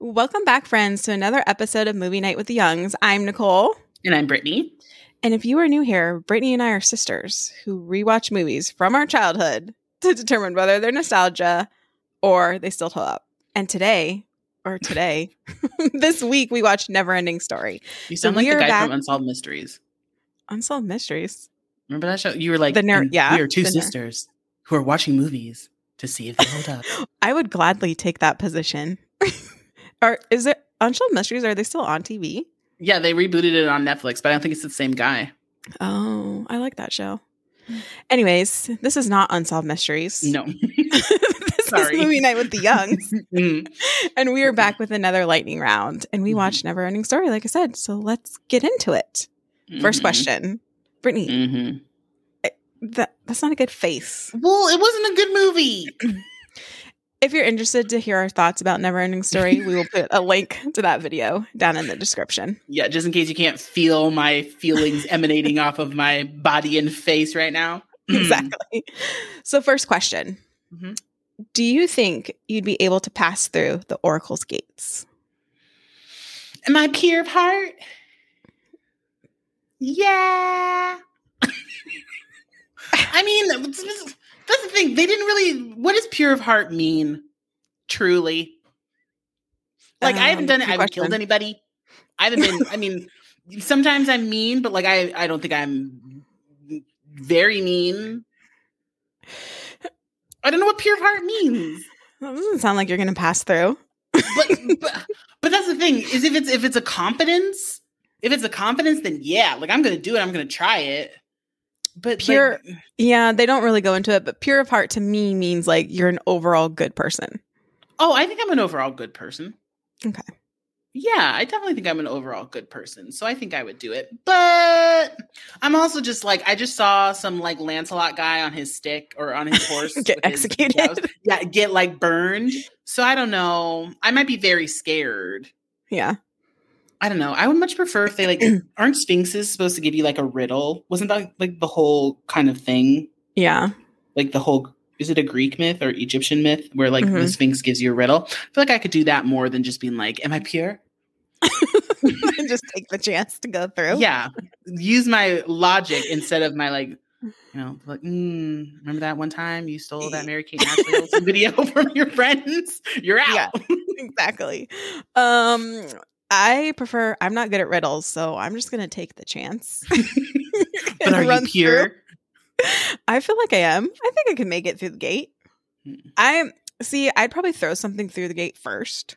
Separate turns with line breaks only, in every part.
Welcome back, friends, to another episode of Movie Night with the Youngs. I'm Nicole.
And I'm Brittany.
And if you are new here, Brittany and I are sisters who rewatch movies from our childhood to determine whether they're nostalgia or they still hold up. And today, or today, this week, we watched Neverending Story.
You sound
So
like
we
the
are
guy
back-
from Unsolved Mysteries.
Unsolved Mysteries.
Remember that show? You were like,
The ner-
"And
yeah,
we are two
the ner-
sisters who are watching movies to see if they hold up.
I would gladly take that position. or is it Unsolved Mysteries? Are they still on TV?
yeah, they rebooted it on Netflix, but I don't think it's the same guy.
Oh, I like that show. Anyways, this is not Unsolved Mysteries.
No.
this
Sorry.
is Movie Night with the Youngs.
Mm.
and we are back with another lightning round. And we
Mm-hmm.
watched Never Ending Story, like I said. So let's get into it. 1st
Mhm.
question. Brittany,
Mhm. Mm-hmm.
that, that's not a good face.
Well, it wasn't a good movie.
If you're interested to hear our thoughts about Never Ending Story, we will put a link to that video down in the description.
Yeah, just in case you can't feel my feelings emanating off of my body and face right now.
exactly. So, first question
Mhm.
Do you think you'd be able to pass through the Oracle's gates?
Am I pure of heart? Yeah. I mean, that's that's the thing. They didn't really. What does pure of heart mean? Truly, like I haven't
Um,
done it.
good
I haven't killed
question.
anybody. I haven't been. I mean, sometimes I'm mean, but like I, I don't think I'm very mean. I don't know what pure of heart means.
That doesn't sound like you're going to pass through.
but, but but that's the thing is if it's if it's a confidence if it's a confidence then yeah like i'm gonna do it i'm gonna try it but
Pure-
like,
Yeah, they don't really go into it, but pure of heart to me means like you're an overall good person.
oh i think i'm an overall good person
Okay.
yeah i definitely think i'm an overall good person so i think i would do it but i'm also just like i just saw some like lancelot guy on his stick or on his horse
Get
with his
executed.
gloves. yeah get like burned so i don't know i might be very scared
Yeah.
I don't know. I would much prefer if they like aren't sphinxes supposed to give you like a riddle? Wasn't that like the whole kind of thing?
Yeah.
Like the whole is it a Greek myth or Egyptian myth where like the
Mhm.
sphinx gives you a riddle? I feel like I could do that more than just being like, "Am I pure?"
Just take the chance to go through.
Yeah, use my logic instead of my like. You know, like, mm, remember that one time you stole that Mary Kate Ashley Olsen video from your friends? You're out.
Yeah. Exactly. Um I prefer I'm not good at riddles, so I'm just gonna take the chance.
But
And
are you
run
pure?
through. I feel like I am. I think I can make it through the gate.
Hmm.
I'm see, I'd probably throw something through the gate first.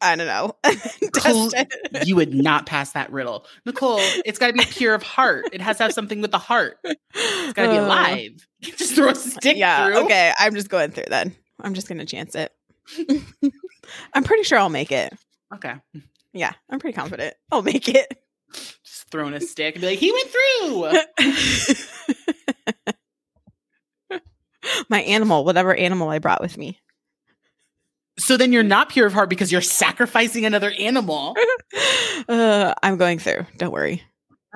I don't know.
Cl-
Test it.
you would not pass that riddle. Nicole, it's got to be pure of heart. It has to have something with the heart. It's got to be
Uh,
alive. You can't just throw a stick
yeah.
through.
Okay. I'm just going through then. I'm just gonna chance it. I'm pretty sure I'll make it.
Okay.
Yeah, I'm pretty confident. I'll make it.
Just throwing a stick and be like, he went through.
My animal, whatever animal I brought with me.
so then you're not pure of heart because you're sacrificing another animal.
Uh, I'm going through. Don't worry.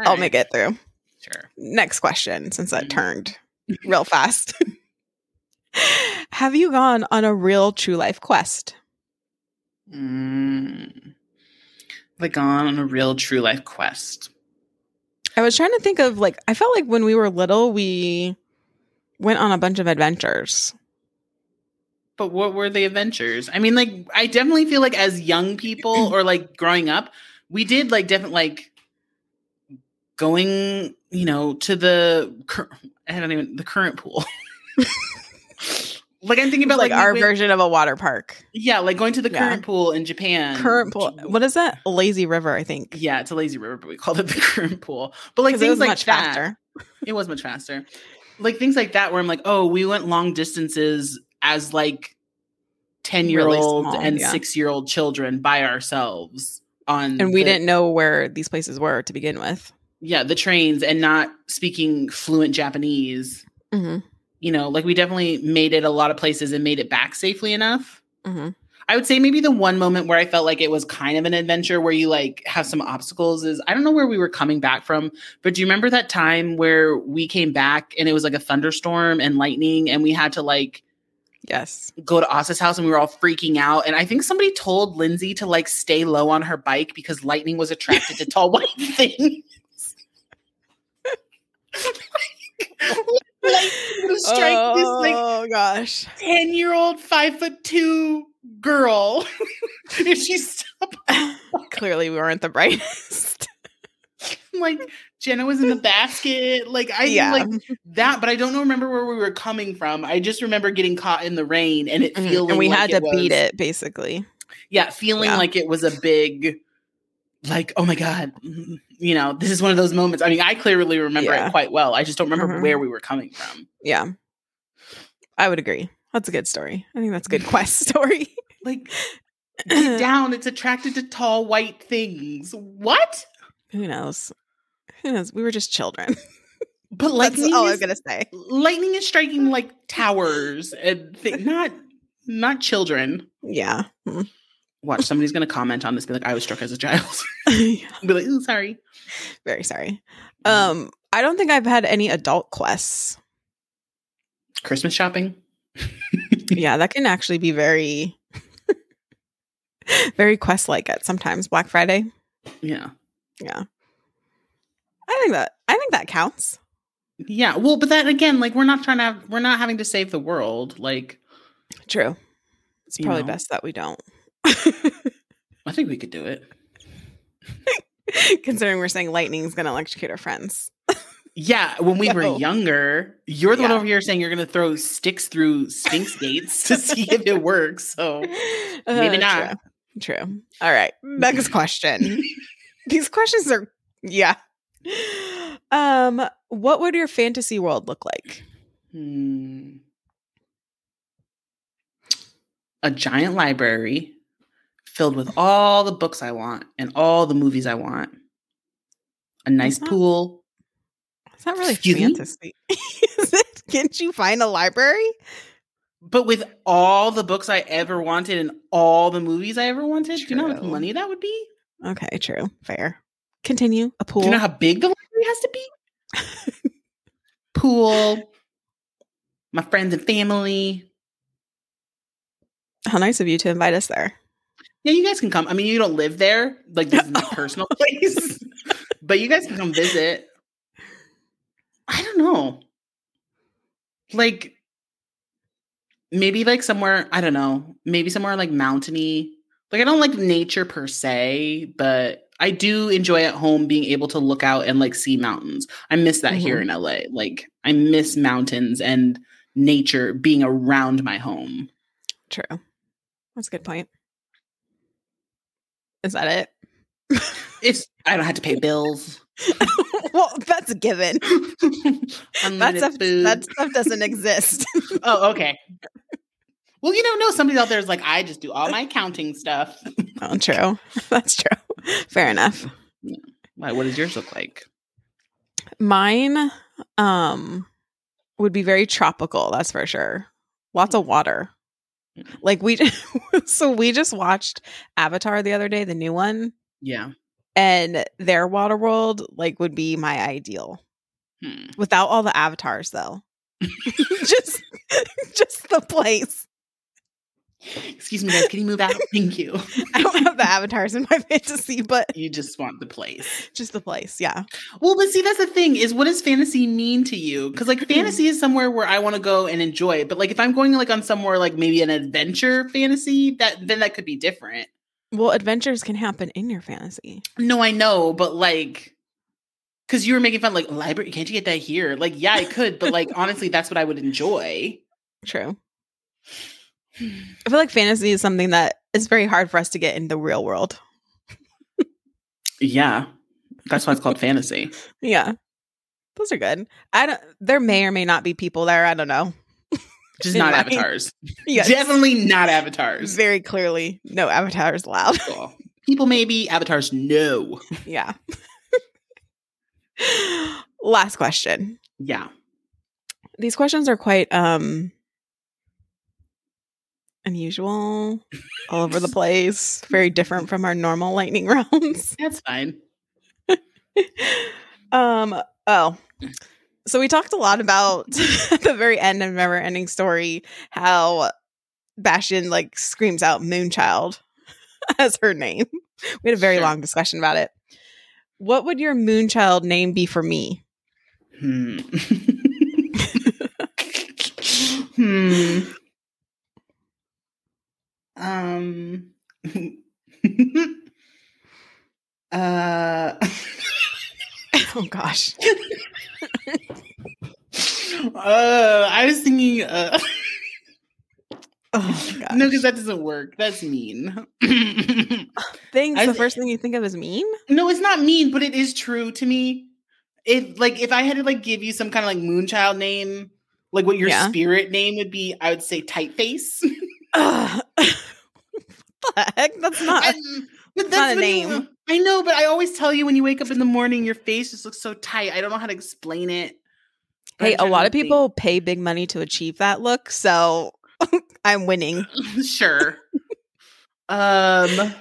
I'll make it through.
Sure.
Next question, since that
Mhm.
turned real fast. Have you gone on a real true life quest?
Mm. Like gone on a real true life quest.
I was trying to think of like I felt like when we were little we went on a bunch of adventures.
But what were the adventures? I mean, like, I definitely feel like as young people or like growing up, we did like different, like going, you know, to the, cur- I don't even, the current pool. like, I'm thinking
It was
about
like,
like, we
our
went-
version of a water park.
Yeah, like going to the
Yeah.
current pool in Japan.
Current pool. What is that? Lazy river, I think.
Yeah, it's a lazy river, but we called it the current pool. But like
'Cause it
things
was
like
much
that.
faster.
it was much faster. Like things like that, where I'm like, oh, we went long distances as like 10 year old
Really small,
and
yeah.
six year old children by ourselves on.
And we
the-
didn't know where these places were to begin with.
Yeah, the trains and not speaking fluent Japanese.
Mm-hmm.
You know, like we definitely made it a lot of places and made it back safely enough.
Mm-hmm.
I would say maybe the one moment where I felt like it was kind of an adventure where you like have some obstacles is I don't know where we were coming back from, but do you remember that time where we came back and it was like a thunderstorm and lightning and we had to like
Yes.
go to Asa's house and we were all freaking out. And I think somebody told Lindsay to like stay low on her bike because lightning was attracted to tall white things. like, like, strike this like
oh gosh.
10 year old, five foot two girl. if she's
Clearly we weren't the brightest.
like, Jenna was in the basket. Like, I
Yeah.
like that, but I don't know, remember where we were coming from. I just remember getting caught in the rain and it feeling
Mm-hmm, and we
like
had to beat
was-
it basically.
Yeah, feeling
Yeah.
like it was a big, like, oh my God, mm, you know, this is one of those moments. I mean, I clearly remember
Yeah.
it quite well. I just don't remember
Mhm.
where we were coming from.
Yeah. I would agree. That's a good story. I think that's a good quest story.
Like, deep
Who
down, it's attracted to tall, white things. What?
knows? Who knows? We were just children.
But
That's
lightning,
all I'm
is,
gonna say.
lightning is striking like towers and thi- not not children.
Yeah. Mm.
Watch, somebody's gonna comment on this, be like, I was struck as a child. be like, ooh, sorry.
Very sorry. Um, I don't think I've had any adult quests.
Christmas shopping.
yeah, that can actually be very, very quest like at sometimes. Black Friday.
Yeah.
I think that I think that counts.
Yeah. Well, but that again, like we're not trying to have, we're not having to save the world. Like
True. It's
You
probably
know.
best that we don't,
I think we could do it.
considering we're saying lightning's going to electrocute our friends.
Yeah, when we were
So-
younger, you're the one
Yeah.
over here saying you're going to throw sticks through Sphinx gates to see if it works. So
Uh,
not. Mm.
True. True. All right. Next question. These questions are yeah. Um, what would your fantasy world look like?
hmm. a giant library filled with all the books I want and all the movies I want. A nice
That's not-
pool.
It's not really
Excuse me?
fantasy. Is it? Can't you find a library?
But with all the books I ever wanted and all the movies I ever wanted, do you know how much
True.
money that would be?
Okay, true. Fair. Continue. A pool.
Do you know how big the library has to be? Pool, my friends and family.
How nice of you to invite us there.
Yeah, you guys can come. I mean, you don't live there, like this is my
Oh.
personal place, but you guys can come visit. I don't know, like maybe like somewhere I don't know, maybe somewhere like mountainy. Like I don't like nature per se, but I do enjoy at home being able to look out and like see mountains. I miss that here in LA. Like I miss mountains and nature being around my home.
True. That's a good point. Is that
It's I don't have to pay bills.
it? well, that's a given. That
Unlimited
stuff,
food.
that stuff doesn't exist.
oh, okay. Well, you don't know. Somebody out there is like, I just do all my accounting stuff.
oh, true. That's true. Fair enough.
Why? What does yours look like?
Mine um would be very tropical, that's for sure. Lots of water. Like we so we just watched Avatar the other day, the new one.
Yeah.
and their water world like would be my ideal
Hmm.
without all the avatars though just just the place
Excuse me, guys. Can you move out? Thank you.
i don't have the avatars in my fantasy but
You just want the place.
just the place yeah
Well, but see, that's the thing is what does fantasy mean to you? Because like fantasy is somewhere where I want to go and enjoy it. But like if I'm going like on somewhere like maybe an adventure fantasy, that then that could be different.
well adventures can happen in your fantasy
No, I know, but like, because you were making fun, like, library, can't you get that here? Like, yeah, I could, but like, honestly, that's what I would enjoy.
true i feel like fantasy is something that is very hard for us to get in the real world
Yeah. That's why it's called fantasy.
yeah those are good i don't there may or may not be people there i don't know
Just
In
not
my-
avatars.
yes
Definitely not avatars.
very clearly no avatars allowed
Cool. People maybe, avatars no.
Yeah. Last question.
Yeah.
These questions are quite um unusual, all over the place, very different from our normal lightning rounds.
That's fine.
um, oh. So we talked a lot about at the very end of Never Ending Story how Bastion like screams out Moonchild as her name. We had a very
Sure.
long discussion about it. What would your Moonchild name be for me?
Hmm. hmm. Um. uh.
Oh gosh.
Uh, I was thinking. Uh,
Oh gosh.
no, because that doesn't work. That's mean.
Things
I
the
thi-
first thing you think of is mean?
No, it's not mean, but it is true to me. If like if I had to like give you some kind of like moonchild name, like what your
Yeah.
spirit name would be, I would say typeface.
Ugh. what the heck? That's not
And- but
it's not a
when you-
name.
I know, but I always tell you when you wake up in the morning, your face just looks so tight. I don't know how to explain it. But
Hey,
I'm
a
trying
lot
to
of people pay big money to achieve that look, so I'm winning.
think. sure. um,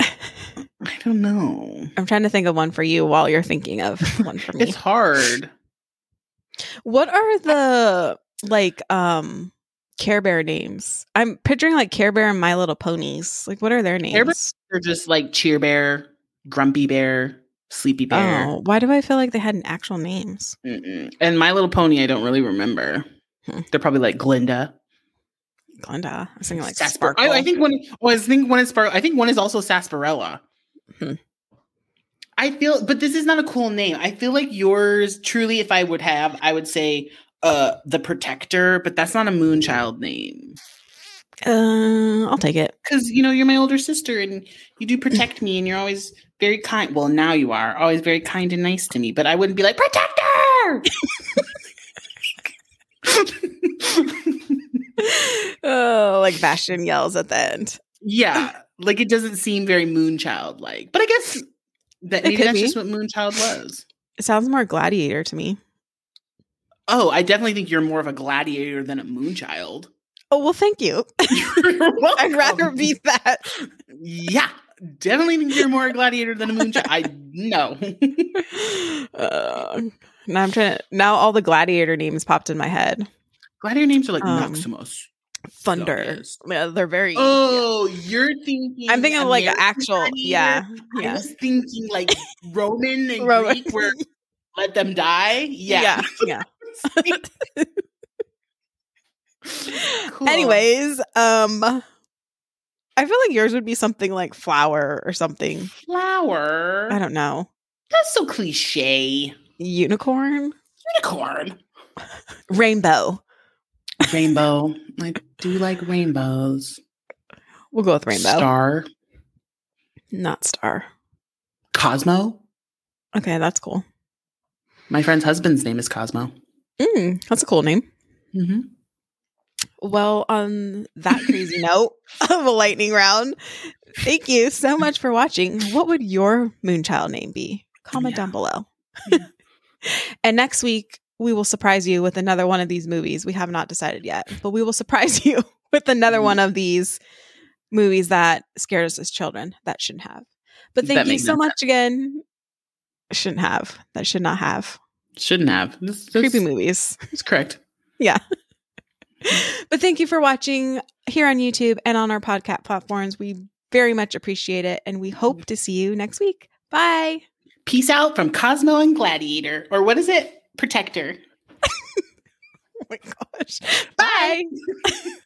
I don't know.
I'm trying to think of one for you while you're thinking of one for me.
It's hard.
what are the like um Care Bear names? I'm picturing like Care Bear and My Little Ponies. Like what are their names?
Bear- They're just like cheer bear, grumpy bear, sleepy bear.
Oh, why do I feel like they had an actual names?
Mm-mm. And My Little Pony, I don't really remember.
Hmm.
They're probably like Glinda,
Glenda. I was thinking like
Saspar-
Sparkle.
I, I think one. Well, I think one is Spar- I think one is also Sarsaparilla.
Hmm.
I feel, but this is not a cool name. I feel like yours truly. If I would have, I would say uh the Protector, but that's not a Moonchild name
uh, I'll take it.
because you know you're my older sister and you do protect me, and you're always very kind. Well, now you are always very kind and nice to me, but I wouldn't be like Protector.
oh, like Bastion yells at the end.
Yeah, like it doesn't seem very Moonchild like, but I guess that
It
maybe
could
that's
be.
just what Moonchild was.
It sounds more gladiator to me.
Oh, I definitely think you're more of a gladiator than a Moonchild.
Oh well, thank you.
You're
I'd rather
welcome.
be that.
Yeah, definitely think you're more a gladiator than a Moonchild. I no.
Uh, now I'm trying to. Now all the gladiator names popped in my head.
gladiator names are like
Um,
Maximus.
Thunder.
Yes.
Yeah, they're very.
Oh, you're thinking.
yeah. I'm thinking of like
American
actual.
gladiator?
Yeah,
I
yeah,
was thinking like Roman and
Roman.
Greek, where let them die. Yeah.
yeah.
Cool.
Anyways, um, I feel like yours would be something like flower or something.
flower.
I don't know.
That's so cliche.
Unicorn,
Unicorn.
rainbow.
Rainbow. I do like rainbows.
We'll go with rainbow,
Star.
not star.
Cosmo.
Okay, that's cool.
My friend's husband's name is Cosmo.
Mm, that's a cool name.
Mm-hmm.
Well, on that crazy note of a lightning round, thank you so much for watching. What would your moonchild name be? Comment down below.
Yeah. Hmm.
and next week, we will surprise you with another one of these movies. We have not decided yet, but we will surprise you with
Mm-hmm.
another one of these movies that scared us as children that shouldn't have. But
That
thank you
makes
so
no
much again. Shouldn't have. That should not have.
Shouldn't have. This,
Creepy
this-
movies.
It's correct.
but thank you for watching here on YouTube and on our podcast platforms. We very much appreciate it and we hope to see you next week. Bye.
Peace out from Cosmo and Gladiator. Or what is it? Protector.
Oh my gosh.
Bye.
Bye.